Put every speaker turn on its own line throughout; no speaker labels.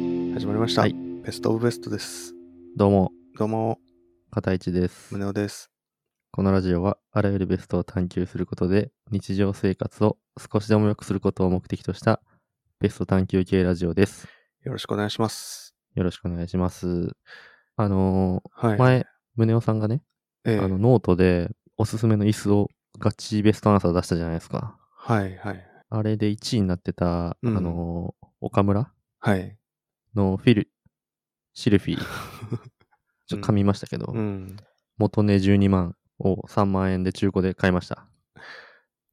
ました。
はい
ベストオブベストです。
どうも、
どうも、
片市です。
宗男です。
このラジオは、あらゆるベストを探求することで、日常生活を少しでも良くすることを目的とした、ベスト探求系ラジオです。
よろしくお願いします。
よろしくお願いします。あの
はい。
ー、前、宗男さんがね、
ええ
あのノートでおすすめの椅子をガチベストアンサー出したじゃないですか。
はい、はい。
あれで1位になってた、
うん
あのー、岡村
はい。
のフィル、シルフ ィー。ちょっと噛みましたけど、
うん。
元値12万を3万円で中古で買いました。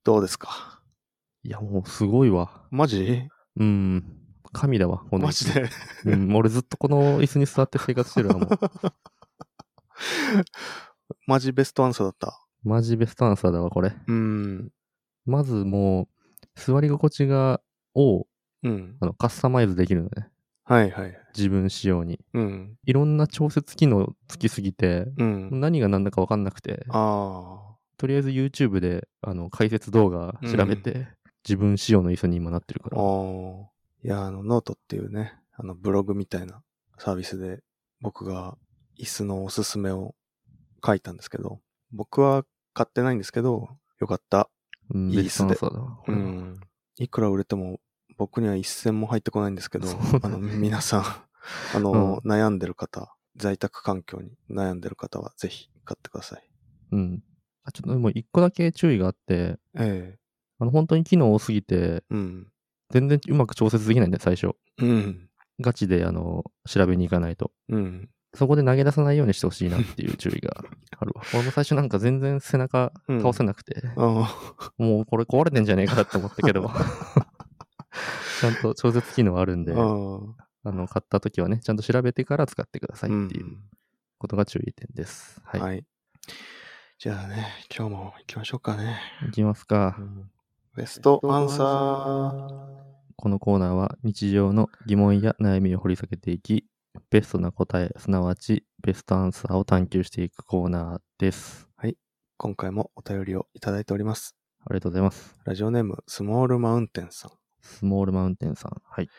どうですか
いや、もうすごいわ。
マジ
うん。神だわ、この
マ
椅子
ジで
うん、俺ずっとこの椅子に座って生活してるわ、 もう。
マジベストアンサーだった。
マジベストアンサーだわ、これ。
うん。
まずもう、座り心地が、を、
うん。
あの、カスタマイズできるのね。
はい、はい。
自分仕様に。
うん。
いろんな調節機能つきすぎて、
うん。
何が何だか分かんなくて、
あ
とりあえず YouTube で、あの、解説動画調べて、自分仕様の椅子に今なってるか
あ。あ
ら。
あ。いや、あの、ノートっていうね、あの、ブログみたいなサービスで、僕が椅子のおすすめを書いたんですけど、僕は買ってないんですけど、よかった。
うん、
いい椅子で
ベストアンサーだわ。こ
う
れは。
ん。いくら売れても、僕には一銭も入ってこないんですけど
そう、
あ
だ
の、
ね
皆さん、 あの、悩んでる方、在宅環境に悩んでる方は、ぜひ買ってください。
うん。あ、ちょっとでも一個だけ注意があって、
え
あの、本当に機能多すぎて、
えうん。
全然うまく調節できないんだよ、最初。
うん。
ガチで、あの、調べに行かないと。
うん。
そこで投げ出さないようにしてほしいなっていう注意 があるわ。俺も最初なんか全然背中
うん
倒せなくて、
あ
もうこれ壊れてんじゃねえかって思ったけ ど、ちゃんと調節機能あるん
あ。
で、あ
あ
の、買った時はね、ちゃんと調べてから使ってくださ
あ
いっていうことが注意点です。
うん
はい。
はい。じゃあね、今日も行きましょうかね。
いきますか。
ベストアンサー。
このコーナーは日常の疑問や悩みを掘り下げていき、ベストな答え、すなわちベストアンサーを探求していくコーナーです。
今回もお便りをいただいております。
ありがとうございます。
ラジオネーム、スモールマウンテンさん。
スモールマウンテンさん。はい。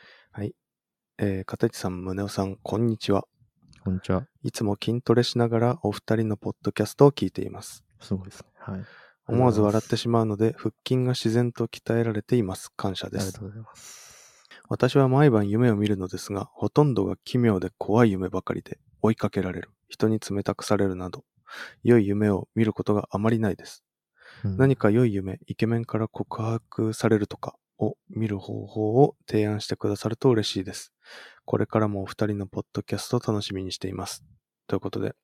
えー、片市さん、宗男さん、こんにちは。
こんにちは。
いつも筋トレしながらお二人のポッドキャストを聞いています。
すごいですね。はい。
思わず笑って
し
しまうので、腹筋が自然と鍛えられています。感謝で
ありが
す
と。うございます。
私は毎晩夢を見るのですが、ほとんどが奇妙で怖い夢ばかりで、追いかけられる、人に冷たくされるなど、良い夢を見ることがあまりないです。
うん
何か良い夢、イケメンから告白されるとかを見る方法を提案してくださると嬉しいです。これからもお二人のポッドキャストを楽しみにしています。ということで、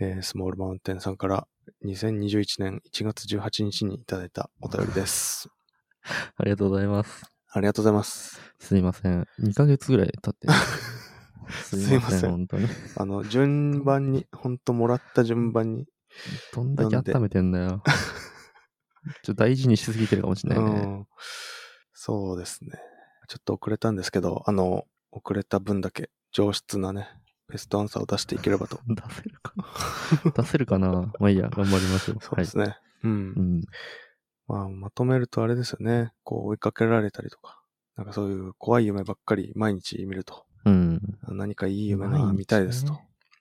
えースモールマウンテンさんから2021年1月18日にいただいたお便りです。
ありがとうございます。
ありがとうござい ます。
すいません。2ヶ月ぐらい経って。す
すいません
本当に。
あの、順番に、ほんともらった順番に、
どんだけ温めてんだ よ。ちょっと大事にしすぎてるかもしれな
う
いね。
ん、そうですね。ちょっと遅れたんですけど、あの、遅れた分だけ上質なね、ベストアンサーを出していければと
出せるかな 出せるかなまあいいや、 頑張りますよ。
そうですね。う。
はい。うんん。
まあ、まとめるとあれですよね。こう、追いかけられたりとか、なんかそういう怖い夢ばっかり毎日見ると、
うん。
何かいい夢が見たいですと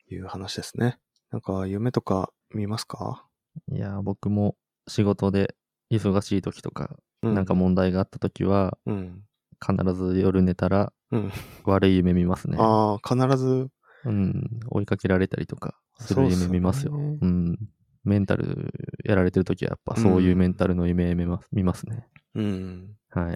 いう話ですね。なんか、夢とか見ますか
いや、僕も仕事で忙しい時とか、
う
なんか、問題があった時は、
うん。
必ず夜寝たら
うん。
悪い夢見ますね。
ああ、必ず、
うん。追いかけられたりとかす
そ
る
うっす
夢
よね
見ますよ。うん。メンタルやられてる時はやっぱそういうメンタルの夢見ます見ますね。
うん。
は
い
い。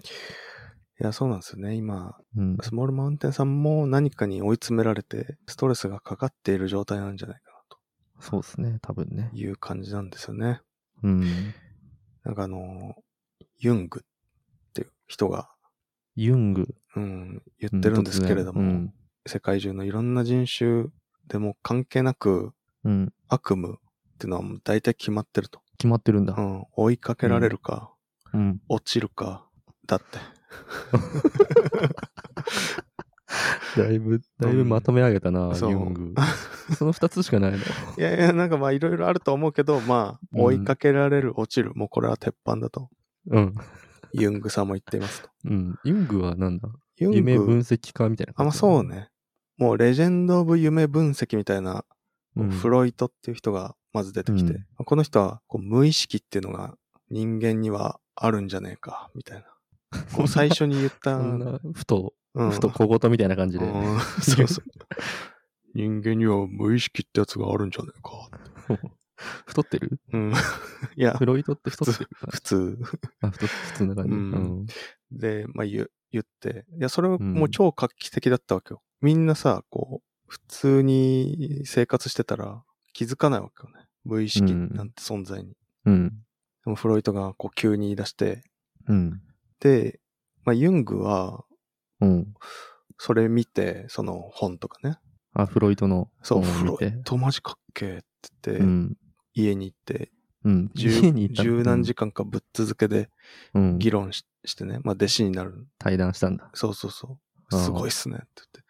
や、そうなんですよね。今、
うん。
スモールマウンテンさんも何かに追い詰められて、ストレスがかかっている状態なんじゃないかな
そうですね、多分ね
と。いう感じなんですよね。
うん。
なんかあの、ユングっていう人が
ユング。
うん、言
う
ってるんですけれども、
突然
世界中のいろんな人種でも関係なく
うん。うん。
悪夢っていうのはもう大体決まってると。
決まってるんだ
う。ん、追いかけられるか、
うん。
落ちるか、だって。
だいぶ、だいぶまとめ上げたな、
そう
ユ ング。その2つしかないの。
いやいや、なんかまあいろいろあると思うけど、まあ、
うん
追いかけられる、落ちる、もうこれは鉄板だと、
うん。
ユングさんも言っていますと。
うん。ユングはなんだ
ユン
夢分
グ、
析家みたいな
あ、ま
感
あ
じだね
そうね。もうレジェンド・オブ・夢分析みたいな、
うん
フロイトっていう人がまず出てきて、
うん
この人はこう無意識っていうのが人間にはあるんじゃねえか、みたいな。こう最初に言った、
そんな、ふと、
うん
ふと小言みたいな感じで。
うんそうそう。人間には無意識ってやつがあるんじゃねえかって。
太ってる
うん。いや
フ、ロイトって太ってる
普通。
あ、太っ普通な感じ。
うん
うん
で、まあ言う言って。いや、それはもう超画期的だったわけよ。みんなさ、こう、普通に生活してたら気づかないわけよね。無意識なんて存在に。
うん。
でもフロイトがこう急に言い出して。
うん。
で、まあユングは、
うん。
それ見て、その本とかね。
あ、フロイトの
そう、
本
フ
を見
ロ
て
イ。トマジかっけえって
う
言って、
ん。
家に行って、
うん。
十
家にいた
十何時間かぶっ続けで
間、うん、
議論ししてね、まあ弟子になる。
対談したんだ。
そうそうそ
あ
う。
ー
すごいっすねって言って。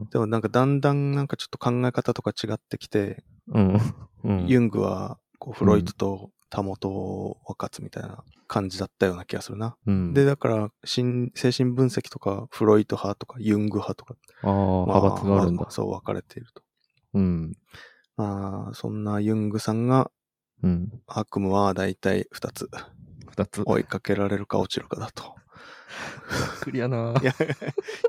うん。
でもなんかだんだんなんかちょっと考え方とか違ってきて、
うん。うん。
ユングはこうフロイトとタモトを分かつみたいな感じだったような気がするな。
うん、
で、だから心精神分析とかフロイト派とかユング派とか、
ああ、派閥があるん
ま
だ
ま。そう分かれていると。
うん。
まあ、そんなユングさんが
うん。
悪夢は大体2つ。
二つ。
追いかけられるか落ちるかだ と。
クリアな。
いや、い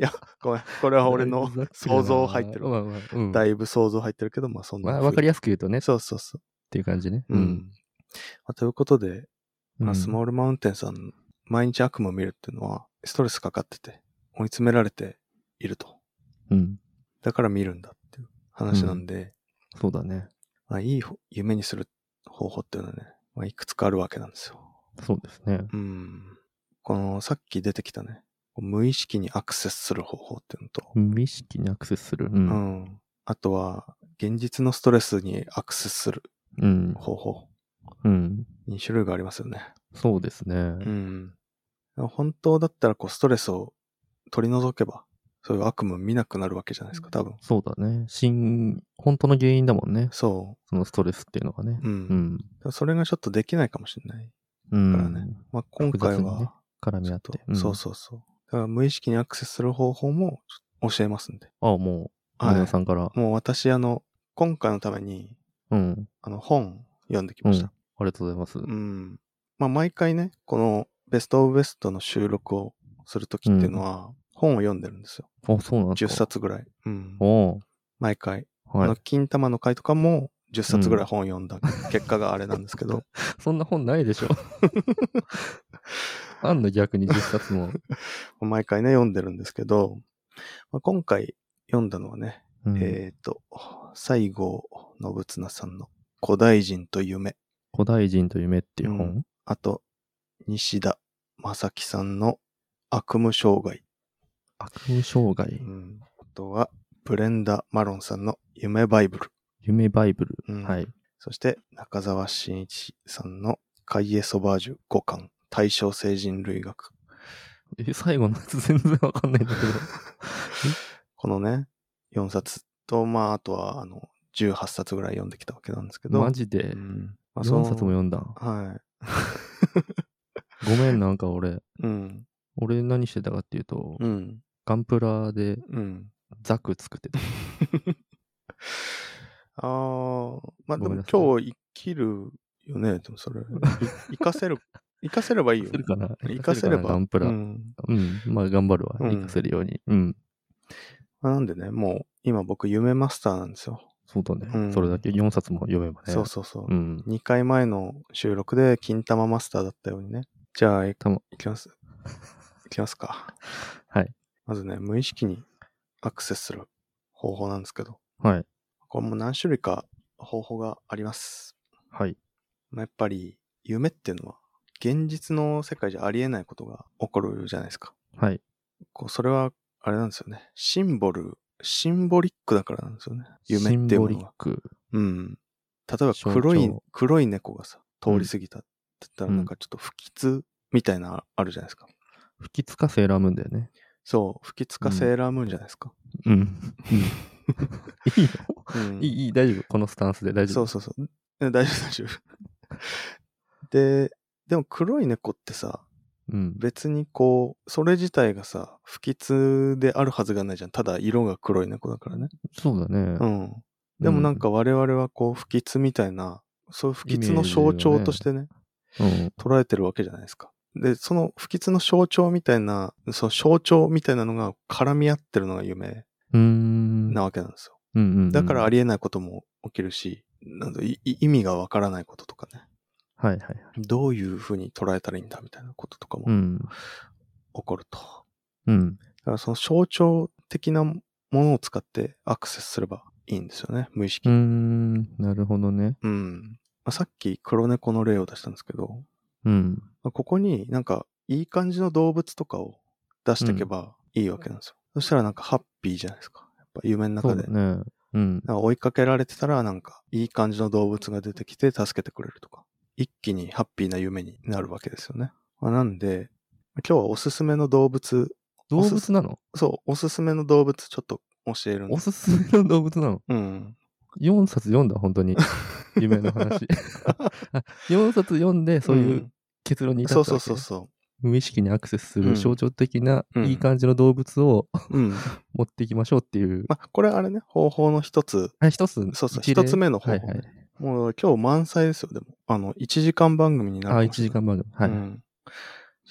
や、ごめん。これは俺 の
ざっくりだな
想像入ってる
まあまあ、うん。
だいぶ想像入ってるけど、まあそんな
ま
風
あ、
に。
わかりやすく言うとね、っ
そうそうそう。
ていう感じね。
うん。。まあということで、まあ、スモ
ー
ールマウンテンさん、毎日悪夢を見るっていうのは、ストレスかかってて、追い詰められていると。
うん。
だから見るんだっていう話なんで、
そうだね。
まあ、いいほ夢にする方法っていうのはね、まあ、いくつかあるわけなんですよ。
そうですね。
うん。この、さっき出てきたね、こう無意識にアクセスする方法っていうのと、
無意識にアクセスする。うん。
うん。あとは、現実のストレスにアクセスする
うん。
方法。
うん。
2種類がありますよね。
そうですね。
うん。本当だったら、こう、ストレスを取り除けば、そういう悪夢見なくなるわけじゃないですか、多分。
そうだね。真、本当の原因だもんね。
そ
そのストレスっていうのがね。
う。う。
うんん。
それがちょっとできないかもしれない。
うん。
だからねまあ、今回
複雑にね
は、
絡み
ちょ
合っ
っと
て。ん
そうそうそう。だから、無意識にアクセスする方法もちょっと教えますんで。
ああ、もう、
は
森野
い。
さんから。
もう私、あの、今回のために、
うん。
あの、本読んでき
う
ま
ん。あ
し
り
た。
がとうございます。
うん。まあ、毎回ね、このベストオブベストの収録をするときっていうのは、本を読んでるんですよ。
あ、そうなんです
10
か。
冊ぐらい。うん。
お
毎回。
おは
あの
い。
金玉の会とかも10冊ぐらい本読んだ結果があれなんですけ ど、
そんな本ない でしょ。あんの逆に10冊も。
毎回ね、読んでるんですけど、まあ、今回読んだのはね、
うん
えっ、と、西郷信綱さんの古代人と夢、
古代人と夢っていう
う
本
んあと、西田正樹さんの悪夢障害
悪夢障害
う。んあとは、ブレンダ・マロンさんの夢バイブル。
夢バイブル。
うん
はい。
そして、中澤慎一さんの海江ソバージュ5巻、大正成人類学。
え、最後のやつ 全然わかんないんだけど。
このね、4冊と、まあ、あとは、あの、18冊ぐらい読んできたわけなんです けど。
マジで
う。ん。まあ、そ
4
の
冊も読んだ。
は
ごめん、なんか俺。
い。うん。
俺何してたかっていうと、
うん。
ガンプラで
うん。
ザク作ってた。
あー、まあ、で
ごめん
も
なさい
今日生きるよね、でもそれ。い生かせる、生かせればいいよ
す。るかな
生かせれば。
ガンプラ。
う
うん。
ん
まあ頑張るわ。
うん
活かせるように。うん。
まあなんでね、もう今僕夢マスターなんですよ。
そうだ
うん
ね。それだけ4冊も読めばね。
そうそうそう。
うん。
2回前の収録で金玉マスターだったようにね。じゃあ、い
たま
いきます。いきますか。
はい。
まずね、無意識にアクセスする方法なんですけど、
はい。
これも何種類か方法があります。
はい。
まあ、やっぱり夢っていうのは現実の世界じゃありえないことが起こるじゃないですか。
はい。
こうそれはあれなんですよね。シンボル、シンボリックだからなんですよね。夢っていうも
シンボリ
の
ッ
が。
ク。
うん。例えば
象徴
黒い、黒い猫がさ、通り過ぎたって言ったら
うん
なんかちょっと不吉みたいなあるじゃないですか。
不吉かセーラームーンだよね。
そう、不吉か
うん
セーラームーンじゃないですか。
うん。いいの
うん
いい、いい、大丈夫。このスタンスで大丈
そうそ
夫。
うそう。 え大丈夫、大丈夫。で、でも黒い猫ってさ、
うん。
別にこう、それ自体がさ、不吉であるはずがないじゃん。ただ色が黒い猫だからね。
そうだね。
うん。でもなんか我々はこう、不吉みたいな、そういう不吉の象徴としてね、
うん、うん。
捉えてるわけじゃないですか。で、その不吉の象徴みたいな、その象徴みたいなのが絡み合ってるのが夢
うーん。
なわけなんですよ。
うんうんうん
だからありえないことも起きるし、なんだいい意味がわからないこととかね、
はいはいはい。
どういうふうに捉えたらいいんだみたいなこととか
う
も
ん。
起こると。
うん。
だからその象徴的なものを使ってアクセスすればいいんですよね、無意識
うー
に。
ん。なるほどね。
うん。まあ、さっき黒猫の例を出したんですけど、
うん。
まあここになんかいい感じの動物とかを出していけばいいわけなんですよ。そしたらなんかハッピーじゃないですか。やっぱ夢の
そ
中
う
で。
だね。うん。
なんか追いかけられてたらなんかいい感じの動物が出てきて助けてくれるとか。一気にハッピーな夢になるわけですよね。まあなんで、今日はおすすめの動物、
動物なの
そう、おすすめの動物ちょっと教えるんで
おすすめの動物なの
うん。
?4 冊読んだ、本当 に。夢の話。4冊読んで、そういううん結論に至
そ
っ
う
た
そう
わけ
そ
ね
うそ
無意識にアクセスす
う
る
ん
象徴的な、
うん
いい感じの動物を
う。うん。
持っていきましょうっていう。
まあ、これあれね、方法の一つ。
あ、一つ。
そうそう、
一例
一つ目の方法
は
ね、
いはい。
もう今日満載ですよ、でも。あの、1時間番組になる
あ、
か
1
もしれ
時
ない。
間番組。は
う
い。
ん。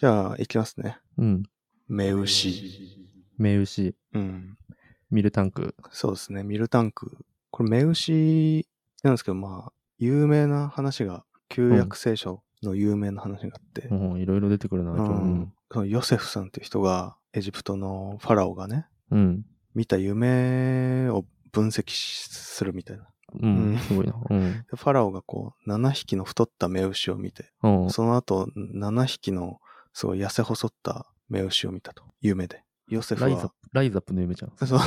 じゃあ、いきますね。
うん。
目牛。
目牛、
うん。
ミルタンク。
そうですね、ミルタンク。これ、目牛なんですけど、まあ、有名な話が、旧約聖書の有名な話があって、
うん、いろいろ出てくるな、
う
今日
んそのヨセフさんっていう人が、エジプトのファラオがね、
うん。
見た夢を分析しするみたいな。
う。
うんん
すごいな。うん。
でファラオがこう、7匹の太った目牛を見て、
うん。
その後、7匹のすごい痩せ細った目牛を見たと。夢で。ヨセフ
ライザッ
は
プ、、ライザップの夢じゃん。
そう。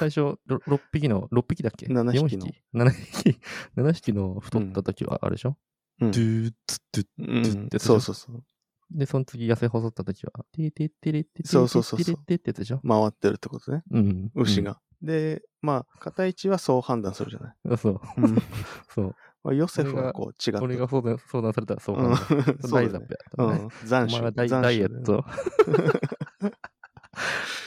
最初、ろ6匹の、6匹だっけ
7
四
匹の
7匹、7匹の太った時はあれでしょ、
うん
ドゥーツッドゥッ
うん
でしょ
そうそうそう。
で、その次痩せ細った時は、テーテーテレテ
そうそうそうそう
テレテってやつでしょ
回ってるってことね。
うん。
牛。が。で、まあ、片一はそう判断するじゃない。
うん、そう、そう。
まあヨセフはこう違った。
俺が相談相談されたらそうか
うん
な。
そ
ラ
う
イ
だ
ザッ
ね
プやった
う
らね、
ん。残
お前
首
はダイ
斬
ダイ
首
エ
だね
ット。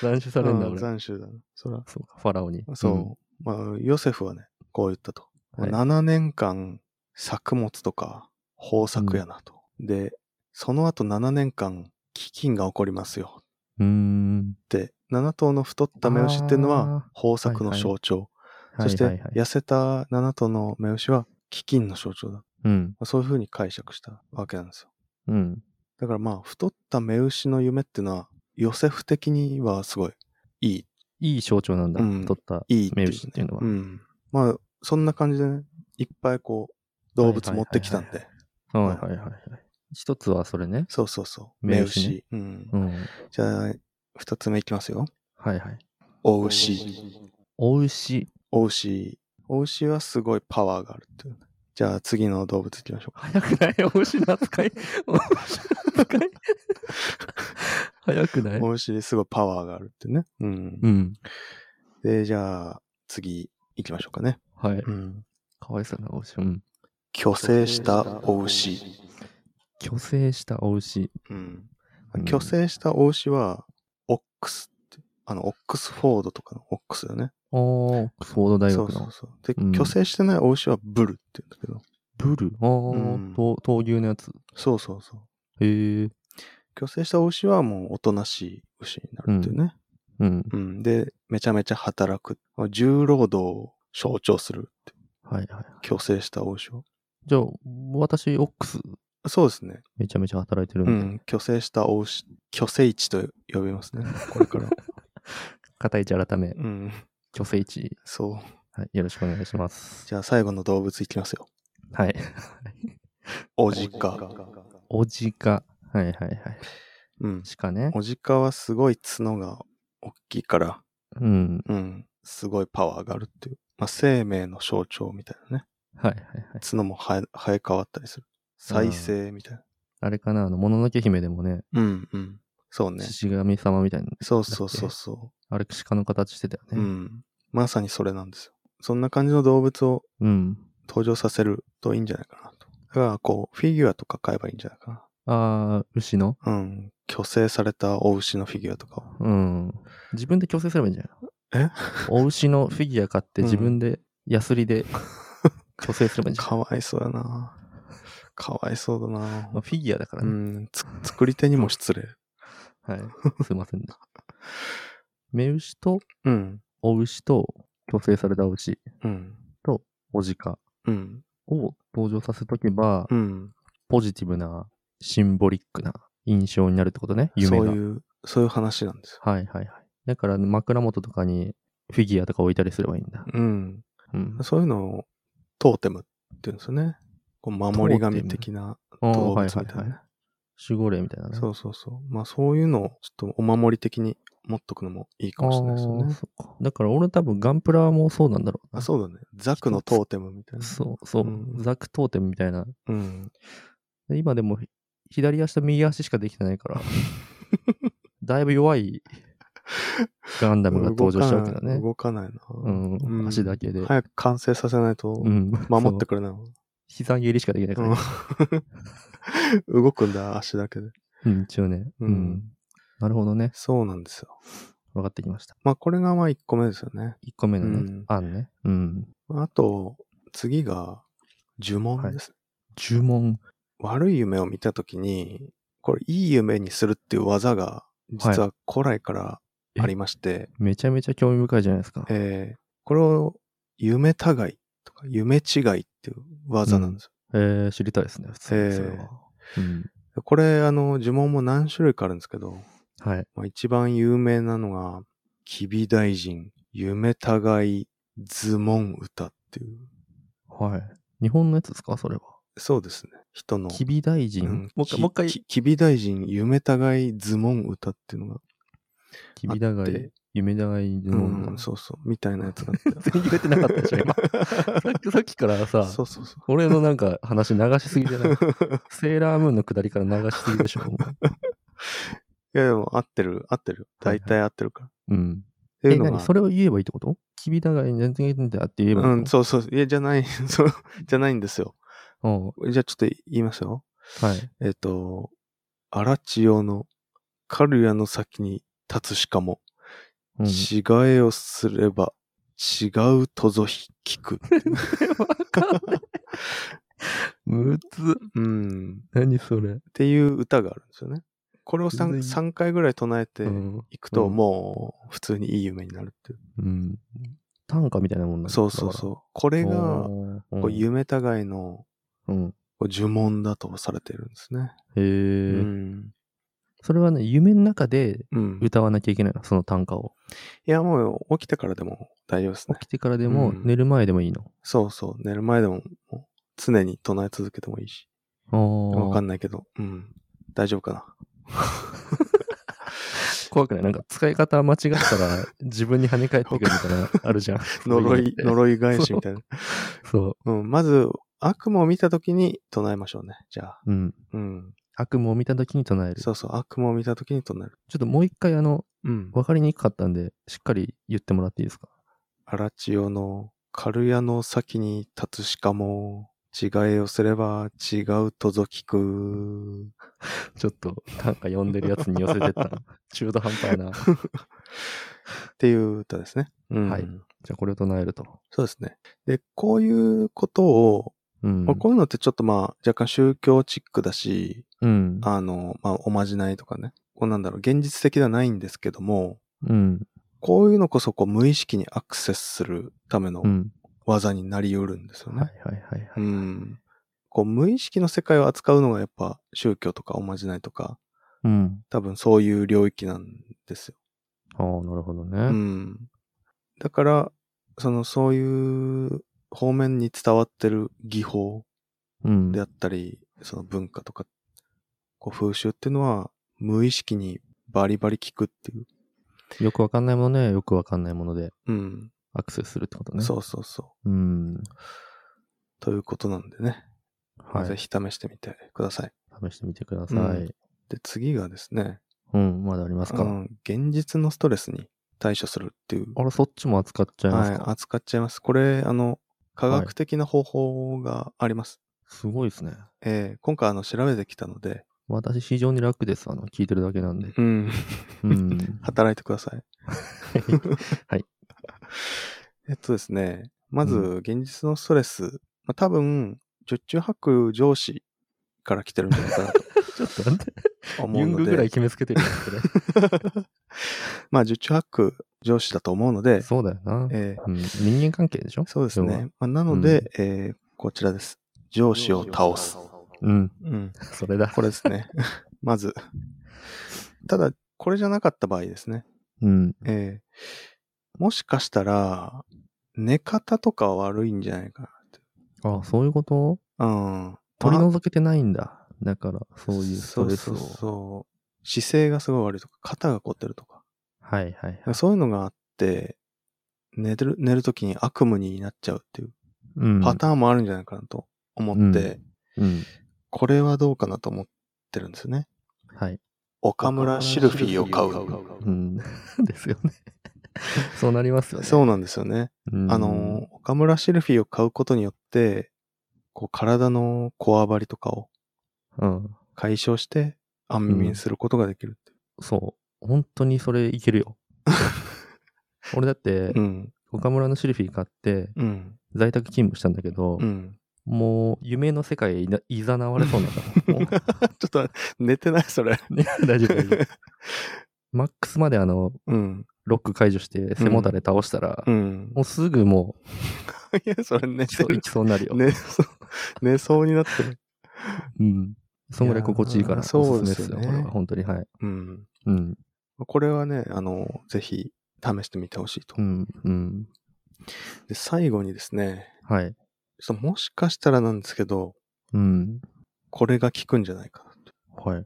斬首されんだ、
うん
俺。
斬首だね。そら。
そうか、ファラオに。
そう。まあ、ヨセフはね、こう言ったと。
うん。はい
7年間作物とか豊作やなと。で、その後7年間飢饉が起こりますよ
うーん。
って、7頭の太った目牛っていうのは豊作の
はいはい
象徴。
はい
そし
はい
て
はい
痩せた7頭の目牛は飢饉の象徴だ。ま
うん。
あそういうふうに解釈したわけなんですよ。
うん。
だからまあ、太った目牛の夢っていうのは、ヨセフ的にはすごいいい、
いい象徴なんだ、
うん
取った
いい
目牛っていうのは。
うん。まあ、そんな感じでね、いっぱいこう、動物持ってきたんで。
はいはいはいはい。一つはそれね。
そうそうそう。
目
目
牛
牛。
ね
うん
う。ん。
じゃあ、二つ目いきますよ。
はいはい。
お牛。
お牛。
お牛。お牛はすごいパワーがあるっていう。じゃあ次の動物いきましょうか。
早 くないお牛の扱い。お牛の扱い。早くない
お牛すごいパワーがあるっていうね。うん。
うん。
で、じゃあ次いきましょうかね。
はい。
うん。
かわいそうなお牛。うん。
虚勢したお牛。
虚勢したお牛。
うん
うん。
虚勢したお牛は、オックスって、あの、オックスフォードとかのオックスだよね。
おー、オックスフォード大
そ
学
うそ
の
う。そう。で、
うん
虚勢してないお牛はブルって言うんだけど。
ブル。お
う
ー、
ん
と闘牛のやつ。
そうそうそう。
へえ。
虚勢した牛はもうおとなしい牛になるっていうね。
うん。
うん。で、めちゃめちゃ働く。重労働を象徴するって。
はいはい。
虚勢した牛は。
じゃあ、私、オックス、
そうですね。
めちゃめちゃ働いてる
うん
で、
ん。虚勢した牛、虚勢地と呼びますね。これ から。
片一改め、
うん。
虚勢地。
そう。
はい、よろしくお願いします。
じゃあ最後の動物いきますよ。
はい。
オジカ。
おじか。はいはいはい。
うん。
鹿ね。
オジカはすごい角が大きいから、
うん。
うん。すごいパワーがあるっていう。まあ、生命の象徴みたいなね。
はいはいはい。
角も生え生え変わったりする。再生みたいな。
あれかな、あの、もののけ姫でもね、
うんうん。そうね。
獅子神様みたいな。
そうそうそうそ
あれ、鹿の形してたよ
う。う
ね。
ん。まさにそれなんですよ。そんな感じの動物を
うん。
登場させるといいんじゃないかなと。だから、こう、フィギュアとか買えばいいんじゃないかな。
ああ、牛の
うん。虚勢されたお牛のフィギュアとかを。
うん。自分で矯正すればいいんじゃない
え
お牛のフィギュア買って
うん
自分でヤスリで矯正すればいいんじゃない、
かわいそうやな。かわいそうだな
まあ。フィギュアだから
う
ね。
ん。つ作り手にも失礼。
はい。すいませんね。 目牛と
うん。
お牛と矯正されたお牛、
うん。
お鹿
うん。
を登場させとけば、
うん。
ポジティブな、シンボリックな印象になるってことね。夢
そ
が。
ういう、そういう話なんですよ。
はいはいはい。だから枕元とかにフィギュアとか置いたりすればいいんだ。
うん。
うん。
そういうのをトーテムっていうんですよね。こう守り神的な
あー
動物
はい
みた
はいい
な
は
ね
い。守護霊みたいなね。
そうそうそう。まあそういうのをちょっとお守り的に持っとくのもいいかもしれないですよ
あー
ね。
そっかだから俺多分ガンプラもそうなんだろう
あ
な。
そうだね。ザクのトーテムみたいな。
そうそう、
うん
ザクトーテムみたいな。
うん。
で今でも左足と右足しかできてな いから、だいぶ弱いガンダムが登場しちゃうけどね。
動かないな。
うん、
うん
足だけで。
早く完成させないと
うん、
守っ
そ
て
う
くれないもん。
膝蹴りしかできないから、ね
うん 動くんだ、足だけで。
うん、一応ね、
うん
うん。なるほどね。
そうなんですよ。
分かってきました。
まあこれがまあ1個目ですよね。
1個目のね、
うん
案ね。うん。
あと、次が呪文です。
呪文。
悪い夢を見たときに、これいい夢にするっていう技が、実は古来からありまして、
めちゃめちゃ興味深いじゃないですか。
えーこれを夢たがいとか夢違いっていう技なんですよ。
えー、知りたいですね、普通
え
に
ー
それは。うん。
これ、あの、呪文も何種類かあるんですけど、
はい。
まあ、一番有名なのが、きび大臣、夢たがい、図文歌っていう。
はい。日本のやつですかそれは。
そうですね。人の。
きび大臣、
うん
もう一回、もう一回、
ききび大臣、夢たがい、図文歌っていうのが
きびだが
あっ
い
て、
夢だがいの
う
女、
ん、そうそう、みたいなやつがあって。
全然言えてなか ったでしょ、今。さっきさっきからさ、
そうそうそう。
俺のなんか話流しすぎじ ゃないセーラームーンの下りから流しすぎでしょ、
い
も
や、でも合ってる、合ってる。
はいはい
大体合ってるから。
ううん。
って
え、
いうの
何
が。
それを言えばいいってこときびだがい、全然言えてんだって言えばいいの
うん、そうそう。いや、じゃない、 そう、じゃないんですよ。
うん。
じゃあちょっと言いますよ。
はい。
えっ、と、荒千代の、カルヤの先に立つしかも、
うん
違えをすれば、違うとぞひ聞 く。
むつ。
うん。
何それ。
っていう歌があるんですよね。これを
全然
3,
いい
三回ぐらい唱えて
うん。
いくと、
うん
もう普通にいい夢になるっていう。
うん。短歌みたいなもんだ
そうそうそう。これが、こ
こ
う夢互いの
うん。
こう呪文だとされてるんですね。
へ
う
え。
ん。
それはね、夢の中で
うん。い
歌わなきゃいけないの、その短歌を。
や、もう起きてからでも大丈夫ですね。
起きてからでも、
うん
寝る前でもいいの。
そうそう。寝る前でももう常に唱え続けてもいいし。わ
あ
か
あ。
んないけど。うん。大丈夫かな。
怖くないなんか使い方間違ったら 自分に跳ね返ってくるみたいな、あるじゃん。
呪
そ う
い、
うのって
呪い返しみたいな。
そ
うん。まず、悪夢を見たときに唱えましょうね。じゃあ。
う。うん。
うん。
悪夢を見た時に唱える。ちょ
そうそう。悪夢を見たときに唱える。
っともう一回、あの、
うん。
わかりにくかったんで、しっかり言ってもらっていいで すか
荒千代の軽屋の先に立つしかも、違えをすれば違うとぞ聞く。
ちょっと短歌読んでるやつに寄せて った。中途半端やな。
っていう歌ですね。うん
はいじゃあこれを唱えると。
そうですね。で、こういうことを、
うん。
まあこういうのってちょっとまあ若干宗教チックだし、
うん。
あの、まあおまじないとかね、こうなんだろう、現実的ではないんですけども、
うん。
こういうのこそこう無意識にアクセスするための
うん。
技になり得るんですよ
はい
ね。
はいはいはい。
うん。こう無意識の世界を扱うのがやっぱ宗教とかおまじないとか、
うん。
多分そういう領域なんですよ。
ああ、なるほどね。
うん。だから、そのそういう方面に伝わってる技法
うん。
であったり、その文化とか、こう風習っていうのは無意識にバリバリ聞くっていう。
よくわかんないものね、よくわかんないもので
うん。
アクセスするってことね。。
そうそうそう
うん。
う。ということなんでね。
は
ぜ
い。
ひ試してみてください。
試してみてください。
で、次がですね、
うん、まだあります
う
か。
ん、現実のストレスに対処するっていう
あれ、そっちも扱っちゃいま
は
す
い、
か。
扱っちゃいます。これ、あの、科学的な方法があります。
すごいですね。
えー今回、あの、調べてきたので、
私、非常に楽です。あの、聞いてるだ けなんで。
うん。
うん。
働いてください。
はい。
えっとですね、まず、
う
現実のストレス、まあ、多分、十中八九上司から来てるんじゃないかなと
ちょっと待って。
思
ユ
う
ン
の
グぐらい
で、
決めつけてるよそれ
まあ、十中八九上司だと思うので、
そうだよな。
えー
うん、人間関係でしょ
そうです。
要は
ね。まあ、なので、えーこちらです。上司を倒す。
うん。
うん。
それだ。
これですね。 まず。ただ、これじゃなかった場合ですね。
うん。
えーもしかしたら、寝方とか悪いんじゃないかなって。
あそういうこと
うん。
取り除けてないんだ。だから、そういうストレス
そ
を。
うそうそう姿勢がすごい悪いとか、肩が凝ってるとか。
はいはい。
そういうのがあって、寝てる、寝るときに悪夢になっちゃうっていう
うん。
パターンもあるんじゃないかなと思って、
うんうん。
これはどうかなと思ってるんですよね。
はい。
岡村シルフィーを買う。
うん。 ですよね。そうなりますよね。
そうなんですよね。
うん
あの、岡村シルフィーを買うことによって、こう体のこわばりとかを
うん。
解消して安眠することができるって
そう。本当にそれいける よ。俺だって
う。、ん。
岡村のシルフィー買って、
うん。
在宅勤務したんだけど
う、ん。
もう、夢の世界へいないざなわれそうになった もん。も
ちょっと寝てないそれ。
うね大丈夫、大丈夫。マックスまであの、
うん。
ロック解除して、背もたれ倒したら、
うん。
もうすぐもう、
いや、 それ寝
いき
て
そうい
る。
きそうになるよ。
寝そう、寝そうになってる。
うん。そんぐらい心地いい
い
か
や
ら、
ーそう
おすすめです
ですよ
よ、
ね
これは。本当に、はい。
うん。
うん。
これはね、あの、ぜひ試してみてほしいと
う。ん。うん。
で、最後にですね、
はい。
ちょっともしかしたらなんですけど、
うん。
これが効くんじゃないかなと。
はい。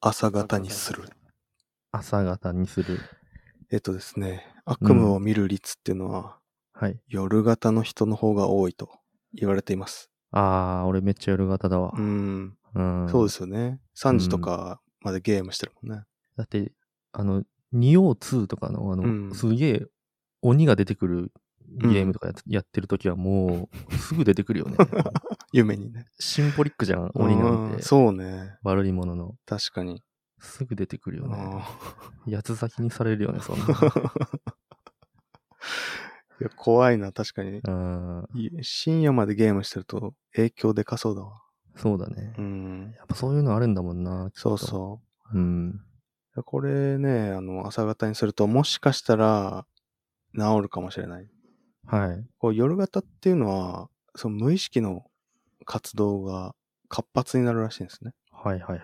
朝方にする。
朝方にする。
えっとですね、悪夢を見る率っていうのは、
はい。
夜型の人の方が多いと言われています。
あー、俺めっちゃ夜型だわ
う。ん、
うん。。
そうですすよね。3時とかまでゲームしてるもんね。
だって、あの、2王2とかの、あの、
うん
すげえ、鬼が出てくるゲームとかや,、やってる時はもう、すぐ出てく るよね。
夢にね。
シンボリックじゃん、鬼なん
うん
て。
そうね。
悪いものの。
確かに。
すぐ出てくるよね。
あ
八つ咲きにされるよね、そんな
ー いや怖いな、確かに。
の。うん。
い深夜までゲームしてると影響でかそうだわ。
そうだね。
うん。
やっぱそういうのあるんだもんな。。
そうそう
うん。
う。これね、あの、朝方にするともしかしたら治るかもしれない。
はい。
こう夜型っていうのは、その無意識の活動が活発になるらしいんですね。
はいはいはい。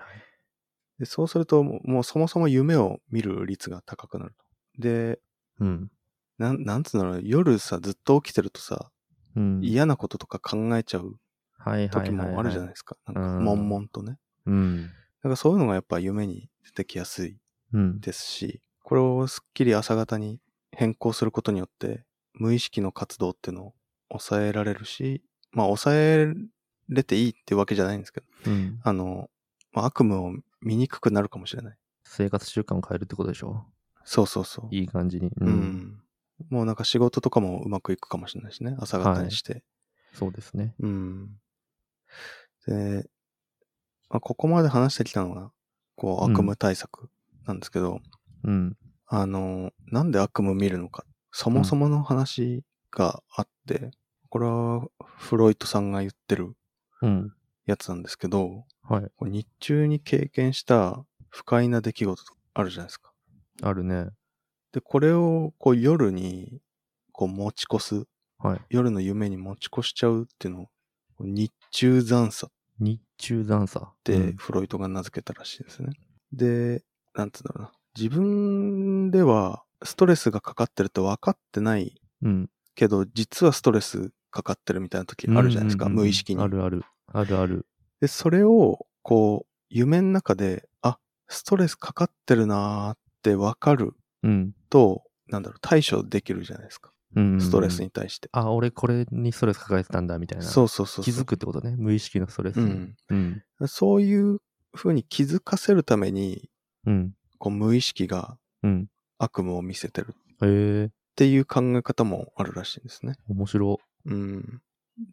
でそうすると、もうもうそもそも夢を見る率が高くなると。で、
うん。
なん、なんつうの、夜さ、ずっと起きてるとさ、
うん。
嫌なこととか考えちゃう
はいはい
時
はいはい。
もあるじゃないですか。なんか、
うん
悶々とね。
うん。
なんかそういうのがやっぱ夢に出てきやすい
うん。
ですし、これをすっきり朝方に変更することによって、無意識の活動っていうのを抑えられるし、まあ抑えれていいってわけじゃないんですけど、
うん。
あの、まあ、悪夢を見にくくなるかもしれない。
生活習慣を変えるってことでしょ
そうそうそう。
いい感じに。う。
うんん。もうなんか仕事とかもうまくいくかもしれないしね。朝方にして。
そうですね。
うん。で、まあ、ここまで話してきたのが、こう、悪夢対策なんですけど、
うん。
あの、なんで悪夢見るのか。そもそもの話があって、これはフロイトさんが言ってる
うん。
やつなんですけど、
はい。
こう日中に経験した不快な出来事とかあるじゃないですか。
あるね。
で、これをこう夜にこう持ち越す、
はい。
夜の夢に持ち越しちゃうっていうのをこう日中残差っ
日中残差。って
フロイトが名付けたらしいですね。で、なんつうんだろうな。自分ではストレスがかかってると分かってない
うん。
けど、実はストレスかかってるみたいな時あるじゃないですか、
うんうんうんうん
無意識に
あ。るある。あるある。
で、それをこう、夢の中で、あ、ストレスかかってるなーって分かる
うん。
と、なんだろう、対処できるじゃないですか。
うん。
ストレスに対して。
あ、俺これにストレス抱えてたんだ、みたいな。
そうそうそうそう。
気づくってことね。無意識のストレス
う
に。
ん。
うん。
そういうふうに気づかせるために、
うん。
こう無意識が
うん。
悪夢を見せてるっ
へえ、
ていう考え方もあるらしいんですね。
面白。
うん。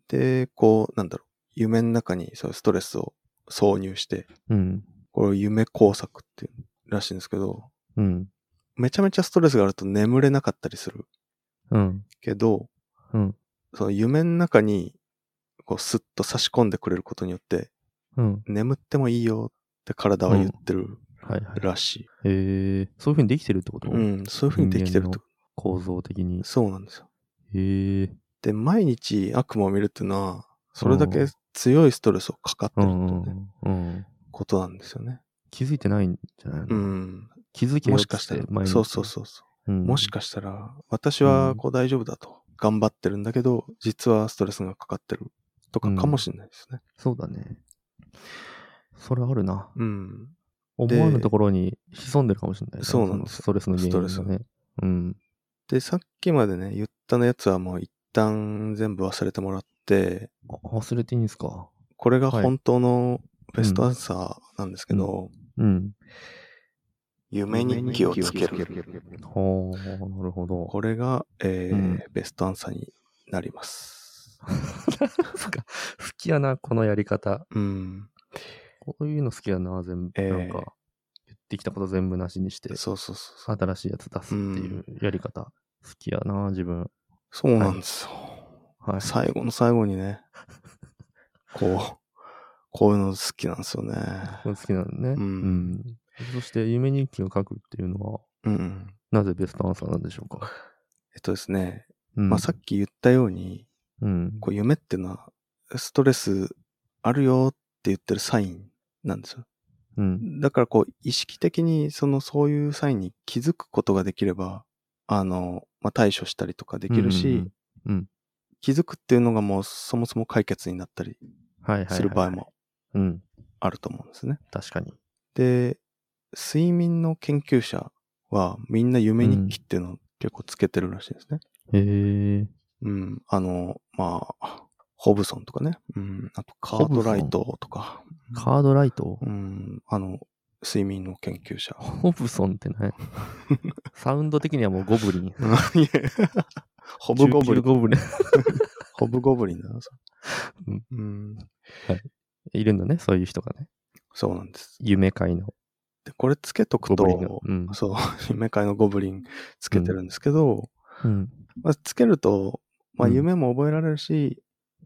で、こう、なんだろう。夢の中にそういうストレスを挿入して、
うん。
これ夢工作っていうらしいんですけど、
うん。
めちゃめちゃストレスがあると眠れなかったりする
うん。
けど、
うん。
その夢の中に、こう、スッと差し込んでくれることによって、
うん。
眠ってもいいよって体は言ってる
はいはい。
らしい。
へえそういうふうにできてるってこと、
うん、そういう風にできてる
人
と
間。構造的に。
そうなんですよ。
へえ
で、毎日悪夢を見るっていうのは、それだ
う
け
ん
強いストレスをかかって
う
るっ
ん
て
うん。うん。
ことなんですよね。
気づいてないんじゃないの、
うん。
気づけよ
もし
っつって
かしたら
毎、日
そうそうそうそう。
うん
もしかしたら、私はこう大丈夫だと、頑張ってるんだけど、実はストレスがかかってるとかかもしれないですね。
そうだね。それあるな。
うん。
思わぬところに潜んでるかもしれないね、
そうなんですよ
そのストレスの原
ス
因
ト
が
レ
ね。うん。
で、さっきまでね、言ったのやつはもう一旦全部忘れてもらって、
あ忘れていいんですか
これが
はい
本当のベストアンサーなんですけど、
うん。
夢に気をつける。
ほー、なるほど。
これが、えー
うん
ベストアンサーになります。
そっか好きやな、このやり方。
うん。
こういうの好きやな、全部。
ええ
なんか、言ってきたこと全部なしにして、
そうそうそうそう。
新しいやつ出すっていうやり方。好きやな、自分。
そうなんですよ。
はい。
最後の最後にね、こう、こういうの好きなんですよね。
これ好きなのね。
うん
うんそして、夢日記を書くっていうのは、
うん。
なぜベストアンサーなんでしょうか。
えっとですね、
うん、
まあさっき言ったように、
うん。
こう夢ってのは、ストレスあるよって言ってるサインなんですよ。
うん。
だからこう、意識的にそのそういうサインに気づくことができれば、あの、まあ対処したりとかできるし、
うんうんうんうん
気づくっていうのがもうそもそも解決になったり
はいはいはいはい。
する場合も
うん。
あると思うんですね。
確かに。
で、睡眠の研究者はみんな夢日記っていうのを結構つけてるらしいですね。
へえ。
うん。あの、まあ、ホブソンとかね。うん。あとカートライトとか。
カードライト
うん。あの、睡眠の研究 者。
ホブソンって ね。サウンド的にはもうゴブリン。
いえホブゴブリン。
ゴブリン。
ホブゴブリンだな、それ。うん。
いるんだね、そういう人がね。
そうなんです。
夢界の
で、これつけと
ゴ
く
ブリンが
と。、
うん。
そう、 夢界のゴブリンつけてるんですけど、
うん。
まあ、つけると、まあ、
うん
夢も覚えられるし、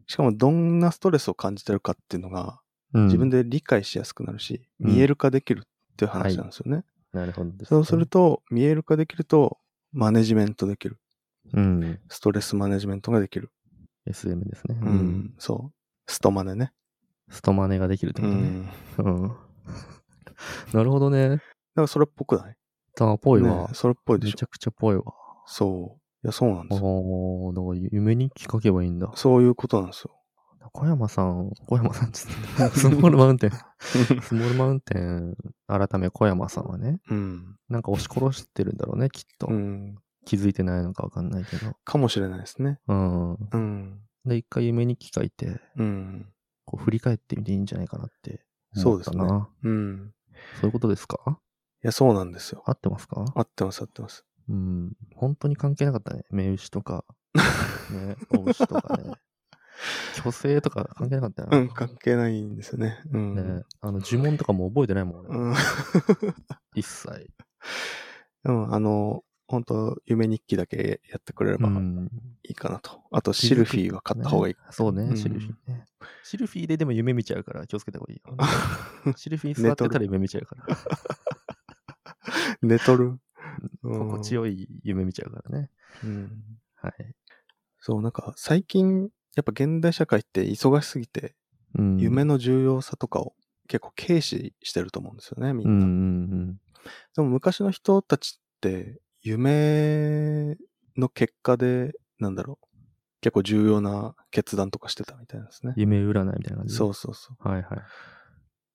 しかもどんなストレスを感じてるかっていうのが、
うん
自分で理解しやすくなるし、
うん
見える化できるっていう話なんですよね。
なるほどですね。
そうすると、見える化できると、マネジメントできる。
うん。
ストレスマネジメントができる。
SM ですね。
うん、。そう。ストマネね。
ストマネができるって
う
ことね。
ん。だか
うん。 なるほどね。
らそれっぽくない
だ、ぽい
ね
わ。
それっぽいで
め
しょ
ち。ゃくちゃぽいわ。
そう。いや、そうなんですよ。
おー、だから夢日記書けばいいんだ。
そういうことなんです よ。
小山さん、小山さんつ って、スモールマウンテン、スモールマウンテン、改め小山さんはね、
うん。
なんか押し殺してるんだろうね、きっと。
うん。
気づいてないのかわかんないけど。
かもしれないですね。
うん。
うん。
で、一回夢日記書いて、
うん。
こう振り返ってみていいんじゃないかなって
そ
思
う
っ
で
た
す
な。
ね。うん。
そういうことですか
いや、そうなんですよ。
合ってますか
合ってます、合ってます。
うん。本当に関係なかったね。目牛とか、ね、お牛とか ね。虚勢とか関係なかったよ
うん、関係ないんですよね。うん。
ねあの、呪文とかも覚えてないもん、俺。
うん。
一切。
うん、あの、本当夢日記だけやってくれれば
う
い
ん
いかなと。あと、シルフィーは買った方がいい。
そう ね、
うん
シルフィーね。シルフィーででも夢見ちゃうから気をつけた方がいいよ。 シルフィー座ってたら夢見ちゃうから。
寝とる。うん
心地よい夢見ちゃうからね。
うん。
はい。
そう、なんか、最近、やっぱ現代社会って忙しすぎて、
うん、
夢の重要さとかを結構軽視してると思うんですよね、み
うん
ん
う
な。
ん
でも昔の人たちって、夢の結果で、なんだろう、結構重要な決断とかしてたみたいなんですね
うん。。夢占いみたいな感じ。
そうそうそう。
う。はいはい。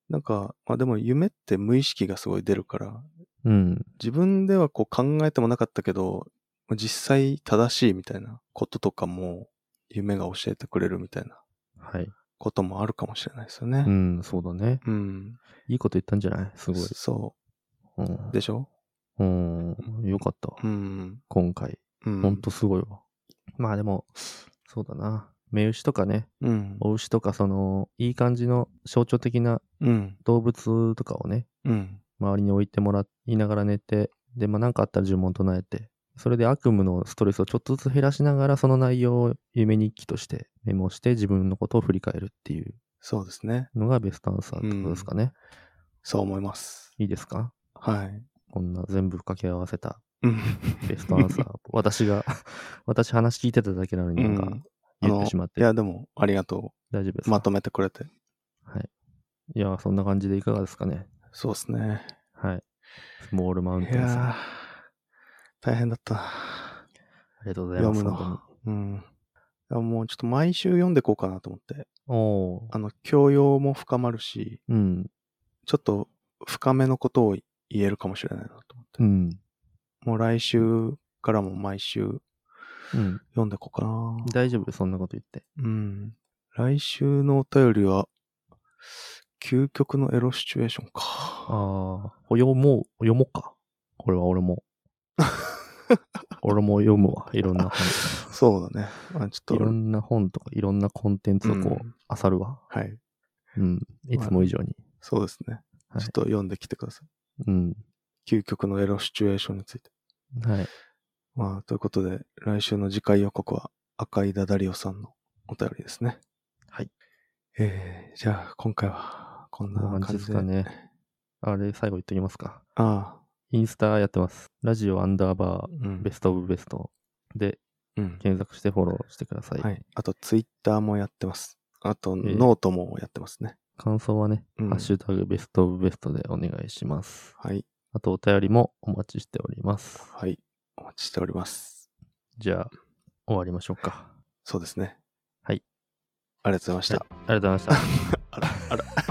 なんか、まあでも夢って無意識がすごい出るから、
うん。
自分ではこう考えてもなかったけど、実際正しいみたいなこととかも夢が教えてくれるみたいな
はい。
こともあるかもしれないですよね
う。ん、そうだね。
うん。
いいこと言ったんじゃないすごい。
そ
うん
う。でしょ
うん。よかったわ。
うん。
今回。
うん。
ほんとすごいわ。まあでも、そうだな。目牛とかね、
うん。
お牛とか、その、いい感じの象徴的な
うん。
動物とかをね、
うん。
周りに置いてもらいながら寝て、で、まあ、なんかあったら呪文唱えて、それで悪夢のストレスをちょっとずつ減らしながら、その内容を夢日記としてメモして自分のことを振り返るっていう
そうですね。
のがベストアンサーってことですかね。
そう思います。
いいですか
はい。
こんな全部掛け合わせた
うん。
ベストアンサ ー。私が、私話聞いてただけなのになん
う
か
ん
言ってしまって、
いや、でも、ありがと
大丈夫
う。
ですか。
まとめてくれて。
いや、そんな感じでいかがですかね。
そうですね。
はい。スモールマウ
い
ンテンさん。
やー
あ、
大変だったな。
りがとうござい
読
ます。
む
本
の。うん。でももうちょっと毎週読んでこうかなと思って。
当におー
あの、教養も深まるし、
うん。
ちょっと深めのことを言えるかもしれないなと思って。
うん。
もう来週からも毎週
うん。
読んでこうかな。
大丈夫、そんなこと言って。
うん。来週のお便りは、究極のエロシチュエーションか。
ああ、読もう、読もうか。これは 俺も。俺も読むわ。いろ んな本。
そうだね。あちょっと
いろんな本とか、いろんなコンテンツをこ
う、
うん漁るわ。
はい。
うん。いつも以上に。
そうですね。
はい
ちょっと読んできてください。
うん。
究極のエロシチュエーションについて。
はい。
まあ、ということで、来週の次回予告は赤井田ダリオさんのお便りですね。
はい。
えー、じゃあ、今回はこん
こんな
な感
感じで
じ
す
で。
かね。あれ、最後言っときますか。
ああ、
インスタやってます。ラジオアンダーバ
う
ー
ん
ベ。ストオブベストで
うん。
検索してフォローしてください。
はい。あと、ツイッターもやってます。あと、
ー
ノートもやってますね。
感想はね、
うん
ハッシュタグベストオブベストでお願いします。
はい。
あとお便りもお待ちしております。
はい。お待ちしております。
じゃあ、終わりましょうか。
そうですね。
はい。
ありがとうございました。
ありがとうございました。
あら、あら。